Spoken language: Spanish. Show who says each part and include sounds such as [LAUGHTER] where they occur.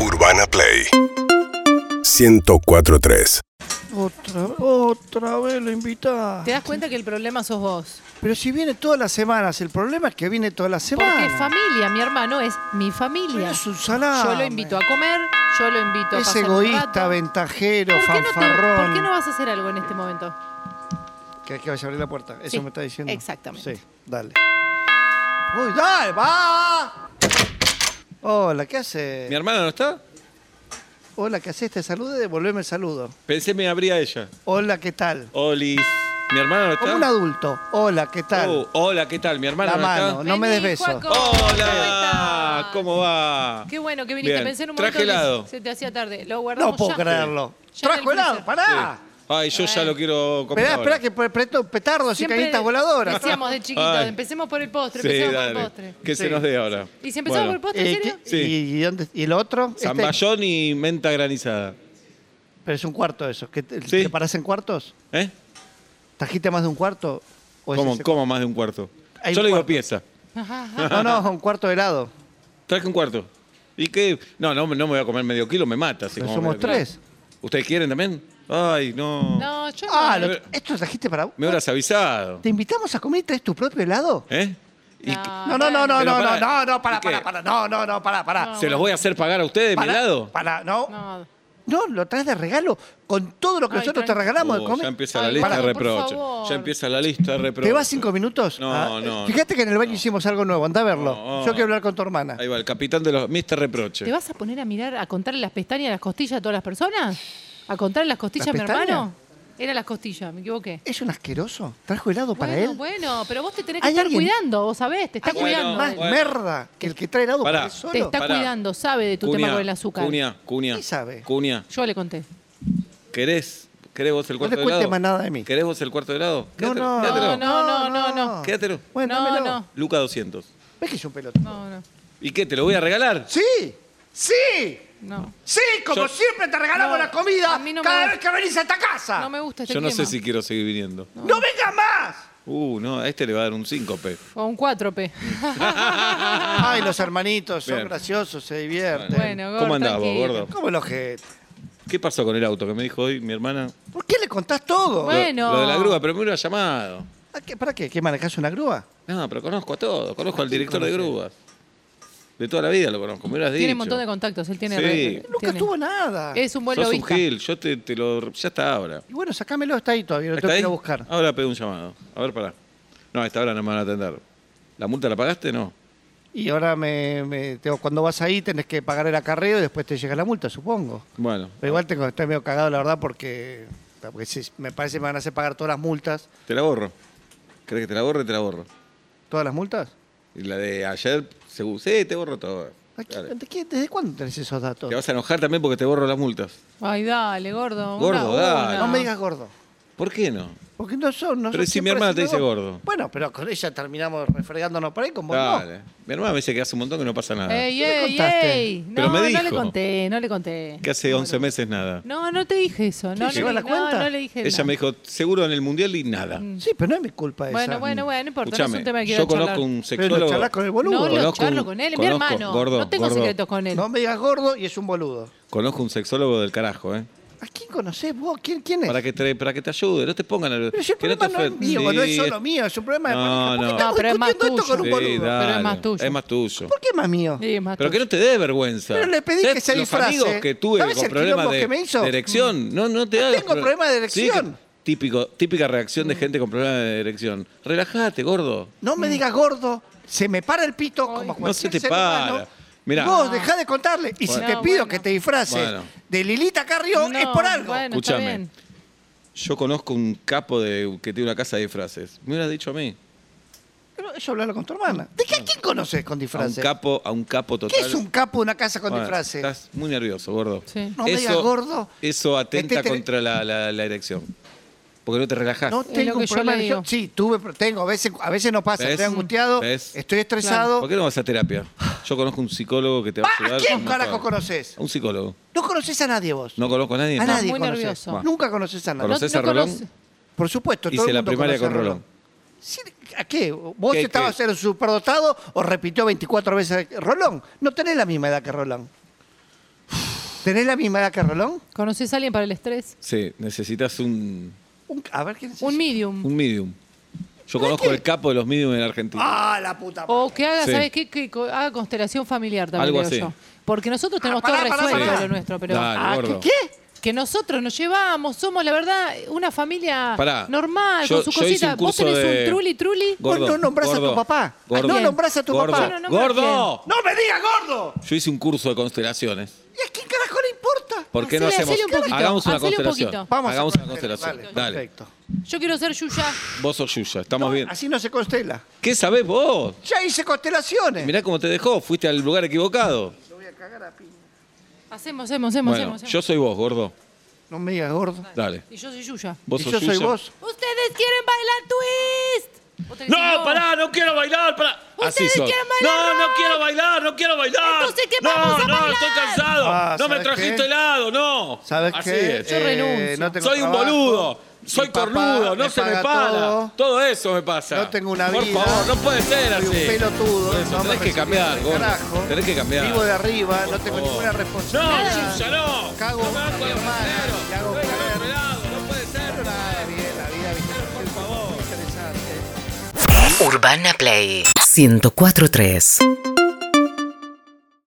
Speaker 1: Urbana Play 104.3
Speaker 2: Otra, otra vez lo invita.
Speaker 3: Te das cuenta que el problema sos vos.
Speaker 2: Pero si viene todas las semanas, el problema es que viene todas las
Speaker 3: Porque
Speaker 2: semanas.
Speaker 3: es familia, mi hermano es mi familia.
Speaker 2: Es un salame.
Speaker 3: Yo lo invito a comer, yo lo invito a
Speaker 2: Es
Speaker 3: pasar un
Speaker 2: egoísta,
Speaker 3: rato.
Speaker 2: ventajero,
Speaker 3: ¿Por qué, no te-
Speaker 2: fanfarrón.
Speaker 3: por qué no vas a hacer algo en este momento?
Speaker 2: Que, que vaya a abrir la puerta. Eso
Speaker 3: Sí,
Speaker 2: me está diciendo.
Speaker 3: exactamente.
Speaker 2: Sí, dale. Uy, dale, va. Hola, ¿qué
Speaker 4: ¿Mi
Speaker 2: hace?
Speaker 4: hermana no está?
Speaker 2: Hola, ¿qué haces? Te saludo y devolveme el saludo.
Speaker 4: Pensé me abría ella.
Speaker 2: Hola, ¿qué tal?
Speaker 4: Olis. ¿Mi hermana no está?
Speaker 2: Como un adulto. Hola, ¿qué tal?
Speaker 4: Oh, hola, ¿qué tal? ¿Mi hermana
Speaker 2: La
Speaker 4: no
Speaker 2: mano, no me des
Speaker 3: Vení,
Speaker 2: beso.
Speaker 3: Juaco, ¿cómo
Speaker 4: ¡Hola!
Speaker 3: estás?
Speaker 4: ¿Cómo va?
Speaker 3: Qué bueno que viniste.
Speaker 4: Bien,
Speaker 3: Pensé en un
Speaker 4: traje
Speaker 3: momento que
Speaker 4: helado.
Speaker 3: se te hacía tarde. Lo guardamos
Speaker 2: No puedo
Speaker 3: ya.
Speaker 2: creerlo.
Speaker 3: Ya en el
Speaker 2: Trajo helado,
Speaker 3: freezer.
Speaker 2: pará.
Speaker 4: Ay, yo ya lo quiero comer.
Speaker 2: Esperá,
Speaker 4: ahora.
Speaker 2: esperá, que pre- preto- petardos y
Speaker 3: Siempre
Speaker 2: cañitas voladoras.
Speaker 3: Decíamos de chiquitos,
Speaker 4: Ay.
Speaker 3: empecemos por el postre,
Speaker 4: Sí,
Speaker 3: empecemos por
Speaker 4: dale.
Speaker 3: el postre. [LAUGHS]
Speaker 4: Que
Speaker 2: Sí.
Speaker 4: se nos dé ahora.
Speaker 3: ¿Y si empezamos
Speaker 4: Bueno,
Speaker 3: por el postre, en
Speaker 2: Eh,
Speaker 3: serio?
Speaker 2: ¿qué- y, y dónde- y el otro? Este-
Speaker 4: Zamballón y menta granizada.
Speaker 2: pero es un cuarto eso. ¿Qué te,
Speaker 4: Sí.
Speaker 2: te parecen cuartos?
Speaker 4: ¿Eh?
Speaker 2: ¿Trajiste más de un cuarto? ¿O es
Speaker 4: ¿Cómo,
Speaker 2: Pues ese-
Speaker 4: cómo más de un cuarto?
Speaker 2: Hay
Speaker 4: Yo
Speaker 2: un
Speaker 4: le digo
Speaker 2: cuarto.
Speaker 4: pieza.
Speaker 3: Ajá, ajá.
Speaker 2: No, no, un cuarto de helado.
Speaker 4: Traje un cuarto. ¿Y qué? No, no, no me voy a comer medio kilo, me mata. así
Speaker 2: Pero
Speaker 4: como me-
Speaker 2: somos tres.
Speaker 4: ¿Ustedes quieren también? Ay, no.
Speaker 3: No, yo no.
Speaker 2: Ah, lo-
Speaker 4: me-
Speaker 2: ¿esto lo trajiste para vos?
Speaker 4: Me hubieras avisado.
Speaker 2: ¿Te invitamos a comer y traes tu propio helado?
Speaker 4: ¿Eh? ¿Y
Speaker 2: No, no, no, no,
Speaker 4: Pero
Speaker 2: no, no,
Speaker 4: pará.
Speaker 2: no, no,
Speaker 4: ¿Y
Speaker 2: para,
Speaker 4: qué?
Speaker 2: para, para, no, no, no, para, para.
Speaker 4: ¿Se los voy a hacer pagar a ustedes, mi
Speaker 2: Para,
Speaker 4: helado?
Speaker 2: Para, no. no.
Speaker 3: No.
Speaker 2: lo traes de regalo con todo lo que
Speaker 3: Ay,
Speaker 2: nosotros te
Speaker 3: tranqui-
Speaker 2: regalamos de
Speaker 4: Oh,
Speaker 2: comer.
Speaker 4: ya empieza la
Speaker 3: Ay,
Speaker 4: lista
Speaker 3: pará.
Speaker 4: de
Speaker 3: Por
Speaker 4: reproche.
Speaker 3: favor.
Speaker 4: Ya empieza la lista de reproche.
Speaker 2: ¿Te vas cinco minutos? Ah,
Speaker 4: No, no, no.
Speaker 2: Fíjate que en el baño hicimos algo nuevo, anda a verlo.
Speaker 4: No. oh.
Speaker 2: Yo quiero hablar con tu hermana.
Speaker 4: Ahí va, el capitán de los Mr.
Speaker 3: ¿Te
Speaker 4: Reproche.
Speaker 3: vas a poner a mirar, a contarle las pestañas, las costillas a todas las personas? ¿A contarle las costillas
Speaker 2: ¿Las
Speaker 3: a mi
Speaker 2: pestañas?
Speaker 3: hermano? Era las costillas, me equivoqué.
Speaker 2: ¿Es un asqueroso? ¿Trajo helado para
Speaker 3: bueno,
Speaker 2: él?
Speaker 3: bueno, pero vos te tenés que
Speaker 2: ¿Hay
Speaker 3: estar
Speaker 2: alguien?
Speaker 3: cuidando, vos sabés, te está
Speaker 2: Hay alguien
Speaker 3: cuidando.
Speaker 2: más
Speaker 4: Bueno.
Speaker 2: merda que el que trae helado para,
Speaker 4: Pará.
Speaker 2: él solo.
Speaker 3: Te está
Speaker 4: Pará.
Speaker 3: cuidando, sabe de tu tema con el azúcar.
Speaker 4: Cunia, cunia.
Speaker 2: Sí sabe.
Speaker 4: Cunia,
Speaker 3: Yo le conté.
Speaker 4: ¿querés? ¿Querés vos el cuarto
Speaker 2: le
Speaker 4: de
Speaker 2: cuentes
Speaker 4: helado?
Speaker 2: más nada de mí.
Speaker 4: ¿Querés vos el cuarto de helado?
Speaker 2: No,
Speaker 4: Quédatelo,
Speaker 2: no,
Speaker 4: quédatelo.
Speaker 3: No, no, no, no.
Speaker 4: Quédatelo.
Speaker 2: Bueno,
Speaker 3: No,
Speaker 2: dámelo.
Speaker 3: no.
Speaker 4: Luca 200.
Speaker 2: ¿Ves que es un pelotón?
Speaker 3: No, no,
Speaker 4: ¿Y qué? ¿Te lo voy a regalar?
Speaker 2: ¡Sí! ¡Sí!
Speaker 3: no.
Speaker 2: ¡Sí! Como
Speaker 4: Yo-
Speaker 2: siempre te regalamos
Speaker 3: No,
Speaker 2: la comida
Speaker 3: a mí no me
Speaker 2: cada
Speaker 3: gusta.
Speaker 2: vez que venís a esta casa.
Speaker 3: No me gusta este
Speaker 4: Yo no sé
Speaker 3: clima.
Speaker 4: si quiero seguir viniendo.
Speaker 2: ¡No vengas más!
Speaker 4: Uh, no, a este le va a dar un síncope.
Speaker 3: O un 4P.
Speaker 2: Ay, los hermanitos son
Speaker 4: Bien.
Speaker 2: graciosos, se divierten.
Speaker 3: Ah. bueno, gordo,
Speaker 4: ¿Cómo andás vos,
Speaker 3: tranquilo.
Speaker 4: gordo?
Speaker 2: ¿Cómo lo que?
Speaker 4: ¿Qué pasó con el auto que me dijo hoy mi hermana?
Speaker 2: ¿Por qué le contás todo?
Speaker 3: Bueno.
Speaker 4: Lo, lo de la grúa, pero me hubiera llamado.
Speaker 2: ¿A qué- ¿Para qué? ¿Qué manejás una grúa?
Speaker 4: No, pero conozco a todo. Conozco al director de grúas. De toda la vida lo conozco. Me hubieras
Speaker 3: [LAUGHS]
Speaker 4: dicho.
Speaker 3: Tiene un montón de contactos, él tiene...
Speaker 4: Sí.
Speaker 3: re-
Speaker 2: Nunca
Speaker 3: tiene-
Speaker 2: estuvo nada.
Speaker 3: Es un buen
Speaker 4: Sos un
Speaker 3: lobista.
Speaker 4: gil. Yo te, te lo... Ya está ahora.
Speaker 2: Y bueno, sacámelo, está ahí todavía, lo
Speaker 4: ¿Está
Speaker 2: tengo que
Speaker 4: ahí?
Speaker 2: ir
Speaker 4: Ah,
Speaker 2: a buscar.
Speaker 4: Ahora pedí un llamado. A ver, pará. No, a esta hora no me van a atender. ¿La multa la pagaste? No.
Speaker 2: Y ahora me, me- tengo- cuando vas ahí tenés que pagar el acarreo y después te llega la multa, supongo.
Speaker 4: Bueno.
Speaker 2: Pero igual tengo que estar medio cagado, la verdad, porque, porque sí, me parece que me van a hacer pagar todas las multas.
Speaker 4: Te la borro. ¿Crees que te la borre? Te la borro.
Speaker 2: ¿Todas las multas?
Speaker 4: Y la de ayer, según... Sí, te borro todo.
Speaker 2: ¿A qué-
Speaker 4: Dale.
Speaker 2: de qué- ¿Desde cuándo tenés esos datos?
Speaker 4: Te vas a enojar también porque te borro las multas.
Speaker 3: Ay, dale, gordo. una-
Speaker 4: Gordo, dale.
Speaker 3: una.
Speaker 2: No me digas gordo.
Speaker 4: ¿Por qué no?
Speaker 2: Porque no son. No
Speaker 4: Pero
Speaker 2: son
Speaker 4: si mi
Speaker 2: siempre
Speaker 4: hermana te
Speaker 2: decime
Speaker 4: dice gordo.
Speaker 2: Bueno, pero con ella terminamos refregándonos por ahí con vos.
Speaker 4: Dale.
Speaker 2: No.
Speaker 4: Mi hermana me dice que hace un montón que no pasa nada.
Speaker 3: Ey,
Speaker 2: ¿Qué le
Speaker 3: ey,
Speaker 2: contaste?
Speaker 3: ey. No,
Speaker 4: Pero me
Speaker 3: no le
Speaker 4: dijo.
Speaker 3: conté, no le conté.
Speaker 4: Que hace 11 meses nada.
Speaker 3: No, no te dije eso. No,
Speaker 2: ¿Te llegó
Speaker 3: no,
Speaker 2: la
Speaker 3: no,
Speaker 2: cuenta?
Speaker 3: no le dije
Speaker 4: Ella
Speaker 3: nada.
Speaker 4: me dijo, seguro en el mundial y nada.
Speaker 2: Sí, pero no es mi culpa esa.
Speaker 3: Bueno, bueno, bueno, no importa. no es
Speaker 4: Escuchame,
Speaker 3: un tema que
Speaker 4: yo
Speaker 3: quiero
Speaker 4: conozco
Speaker 3: charlar.
Speaker 4: un
Speaker 2: Pero
Speaker 4: sexólogo.
Speaker 2: lo charlas con el
Speaker 3: No,
Speaker 2: boludo.
Speaker 3: lo
Speaker 4: Conozco
Speaker 3: charlo
Speaker 4: un-
Speaker 3: con él, es mi
Speaker 4: conozco,
Speaker 3: hermano.
Speaker 4: gordo,
Speaker 3: no tengo
Speaker 4: gordo.
Speaker 3: secretos con él.
Speaker 2: No me digas gordo y es un boludo.
Speaker 4: Conozco un sexólogo del carajo, ¿eh?
Speaker 2: ¿A quién conocés vos? ¿Quién, quién es?
Speaker 4: Para que te, para que te ayude, no te pongan al.
Speaker 2: Pero si el
Speaker 4: que
Speaker 2: problema no,
Speaker 4: te
Speaker 2: es mío,
Speaker 4: ofend-
Speaker 2: no es solo
Speaker 4: Sí,
Speaker 2: mío, es un problema de
Speaker 4: No,
Speaker 2: pareja. ¿Por qué
Speaker 4: no.
Speaker 2: estamos
Speaker 3: No, pero es más
Speaker 2: discutiendo esto con un
Speaker 3: tuyo.
Speaker 4: sí,
Speaker 2: boludo?
Speaker 4: dale,
Speaker 3: Pero es más tuyo.
Speaker 4: Es más tuyo.
Speaker 2: ¿Por qué más mío?
Speaker 3: Sí, es más
Speaker 4: Pero que
Speaker 3: tuyo.
Speaker 4: no te dé vergüenza.
Speaker 2: Pero le pedí
Speaker 4: ¿Sabés
Speaker 2: que se
Speaker 4: los
Speaker 2: disfrace?
Speaker 4: amigos que tuve
Speaker 2: ¿Sabés
Speaker 4: con
Speaker 2: el
Speaker 4: problemas
Speaker 2: quilombo
Speaker 4: de
Speaker 2: que me hizo?
Speaker 4: de erección. No, no te
Speaker 2: No
Speaker 4: hagas
Speaker 2: tengo problema de
Speaker 4: Sí,
Speaker 2: erección. Mm.
Speaker 4: que- típico, típica reacción de gente con problemas de erección. Relájate, gordo.
Speaker 2: No
Speaker 3: Mm.
Speaker 2: me digas gordo, se me para el pito como cualquier
Speaker 4: No se te
Speaker 2: ser
Speaker 4: para.
Speaker 2: humano.
Speaker 4: Mirá.
Speaker 2: Vos dejá de contarle. Y si
Speaker 3: Bueno.
Speaker 2: te
Speaker 3: No,
Speaker 2: pido
Speaker 3: bueno.
Speaker 2: que te disfraces
Speaker 4: Bueno.
Speaker 2: de Lilita Carrió,
Speaker 3: No,
Speaker 2: es por algo.
Speaker 3: Bueno, está
Speaker 4: Escuchame.
Speaker 3: bien.
Speaker 4: Yo conozco un capo de, que tiene una casa de disfraces. Me hubieras dicho a mí.
Speaker 2: Pero eso hablalo con tu hermana. ¿De qué, quién conoces con
Speaker 4: Mm. A un
Speaker 2: disfraces?
Speaker 4: capo, a un capo total.
Speaker 2: ¿Qué es un capo de una casa con
Speaker 4: Bueno,
Speaker 2: disfraces?
Speaker 4: Estás muy nervioso, gordo.
Speaker 3: Sí.
Speaker 2: No me digas gordo.
Speaker 4: Eso atenta
Speaker 2: Metete-
Speaker 4: contra la, la- la erección. Porque no te relajas.
Speaker 2: No
Speaker 3: Es
Speaker 2: tengo
Speaker 3: lo
Speaker 2: un
Speaker 3: que yo
Speaker 2: problema.
Speaker 3: le
Speaker 2: de-
Speaker 3: digo.
Speaker 2: sí, tuve, pro- tengo. A veces, a veces no pasa.
Speaker 4: ¿Ves?
Speaker 2: Estoy angustiado,
Speaker 4: ¿Ves?
Speaker 2: estoy estresado.
Speaker 4: ¿Por qué no vas a terapia? Yo conozco un psicólogo que te va
Speaker 2: Va,
Speaker 4: a ayudar.
Speaker 2: ¿A Ah, quién
Speaker 4: un
Speaker 2: carajo
Speaker 4: montón.
Speaker 2: conoces?
Speaker 4: A un psicólogo.
Speaker 2: No conoces a nadie vos.
Speaker 4: No conozco a nadie.
Speaker 2: a
Speaker 4: no.
Speaker 2: nadie
Speaker 3: muy
Speaker 2: conoces.
Speaker 3: nervioso.
Speaker 4: Va.
Speaker 2: Nunca conoces a nadie.
Speaker 4: Conoces- ¿Conocés a Rolón?
Speaker 3: conoce-
Speaker 2: Por supuesto, todo
Speaker 4: Hice
Speaker 2: el
Speaker 4: la
Speaker 2: mundo
Speaker 4: primaria
Speaker 2: conoce a
Speaker 4: con Rolón.
Speaker 2: Sí, ¿A qué? ¿Vos
Speaker 4: ¿Qué,
Speaker 2: estabas
Speaker 4: qué?
Speaker 2: en superdotado o repitió 24 veces Rolón? No tenés la misma edad que Rolón. ¿Tenés la misma edad que Rolón?
Speaker 3: ¿Conoces a alguien para el estrés?
Speaker 4: Sí, necesitas un,
Speaker 2: Un- a ver quién es.
Speaker 3: Un
Speaker 2: ese?
Speaker 3: medium.
Speaker 4: un medium. Yo conozco el capo de los mediums en Argentina.
Speaker 2: Ah, la puta. madre.
Speaker 3: O que haga,
Speaker 4: Sí.
Speaker 3: ¿sabes qué? Que co- haga constelación familiar también,
Speaker 4: Algo
Speaker 3: creo
Speaker 4: así.
Speaker 3: yo. Porque nosotros tenemos
Speaker 2: Ah, pará,
Speaker 3: todo
Speaker 2: pará,
Speaker 3: resuelto
Speaker 4: pará.
Speaker 3: lo nuestro, pero
Speaker 4: Dale.
Speaker 2: Ah,
Speaker 4: gordo.
Speaker 2: ¿qué, ¿Qué?
Speaker 3: que nosotros nos llevamos, somos la verdad una
Speaker 2: Ah,
Speaker 3: familia
Speaker 4: Pará.
Speaker 3: normal,
Speaker 4: Yo-
Speaker 3: con sus
Speaker 4: yo hice
Speaker 3: cositas.
Speaker 4: un
Speaker 3: Vos
Speaker 4: curso
Speaker 3: tenés
Speaker 4: de-
Speaker 3: un truli truli.
Speaker 2: Vos no nombrás a tu papá.
Speaker 3: No
Speaker 2: nombrás a tu
Speaker 4: gordo,
Speaker 2: papá.
Speaker 3: Yo no nombro a
Speaker 4: ¡Gordo!
Speaker 2: ¡No me digas, gordo!
Speaker 4: Yo hice un curso de constelaciones.
Speaker 2: ¿Y a quién carajo le importa?
Speaker 4: ¿Por qué no
Speaker 3: Hacele,
Speaker 4: hacemos?
Speaker 3: hacele un poquito,
Speaker 4: hagamos una
Speaker 3: hacele un
Speaker 4: constelación.
Speaker 3: poquito.
Speaker 2: Vamos
Speaker 4: hagamos
Speaker 2: a
Speaker 4: una
Speaker 2: constelar,
Speaker 4: constelación. Dale.
Speaker 2: Dale, perfecto.
Speaker 3: Yo quiero ser Yuya.
Speaker 4: Vos sos Yuya, estamos bien.
Speaker 2: Así no se constela.
Speaker 4: ¿Qué sabés vos?
Speaker 2: Ya hice constelaciones.
Speaker 4: Mirá cómo te dejó, fuiste al lugar equivocado.
Speaker 3: Hacemos, hacemos, hacemos.
Speaker 4: Bueno,
Speaker 3: hacemos.
Speaker 4: yo soy vos, gordo.
Speaker 2: No me digas, gordo.
Speaker 4: Dale.
Speaker 3: Y yo soy Yuya.
Speaker 4: Vos
Speaker 2: Y
Speaker 4: sos
Speaker 2: yo soy
Speaker 4: Yuya.
Speaker 2: vos.
Speaker 3: ¡Ustedes quieren bailar twist! Vos te
Speaker 4: No,
Speaker 3: decís,
Speaker 4: pará, no quiero bailar, pará.
Speaker 3: Ustedes
Speaker 4: Así soy.
Speaker 3: quieren
Speaker 4: No,
Speaker 3: bailar
Speaker 4: no
Speaker 3: rock.
Speaker 4: quiero bailar, no quiero bailar.
Speaker 3: Entonces, ¿qué
Speaker 4: no,
Speaker 3: vamos a
Speaker 4: no,
Speaker 3: bailar?
Speaker 4: estoy cansado.
Speaker 2: Ah,
Speaker 4: no me
Speaker 2: ¿sabes
Speaker 4: trajiste
Speaker 2: qué?
Speaker 4: helado, no.
Speaker 2: ¿Sabes
Speaker 4: Así
Speaker 2: qué? Eh,
Speaker 4: es.
Speaker 3: Yo renuncio.
Speaker 2: tengo
Speaker 4: Soy un
Speaker 2: trabajo.
Speaker 4: boludo. Soy
Speaker 2: Mi papá
Speaker 4: cornudo, no se me
Speaker 2: paga
Speaker 4: para.
Speaker 2: todo.
Speaker 4: Todo. eso me pasa.
Speaker 2: No tengo una
Speaker 4: Por
Speaker 2: vida.
Speaker 4: favor, no puede ser
Speaker 2: Soy
Speaker 4: así.
Speaker 2: un pelotudo.
Speaker 4: Por eso,
Speaker 2: no me
Speaker 4: tenés que
Speaker 2: recibí
Speaker 4: cambiar,
Speaker 2: del
Speaker 4: gordo.
Speaker 2: carajo.
Speaker 4: Tenés que cambiar.
Speaker 2: Vivo de arriba, no tengo
Speaker 4: favor.
Speaker 2: ninguna
Speaker 4: No,
Speaker 2: responsabilidad.
Speaker 4: Yuya, no.
Speaker 2: Cago
Speaker 4: no me hagas
Speaker 2: con mi
Speaker 4: los
Speaker 2: hermana,
Speaker 4: rateros.
Speaker 2: le hago
Speaker 4: Venga,
Speaker 2: comer.
Speaker 4: otro helado, no puede ser.
Speaker 2: Pero la vida, la vida, por favor. Interesante.
Speaker 1: Urbana Play 104.3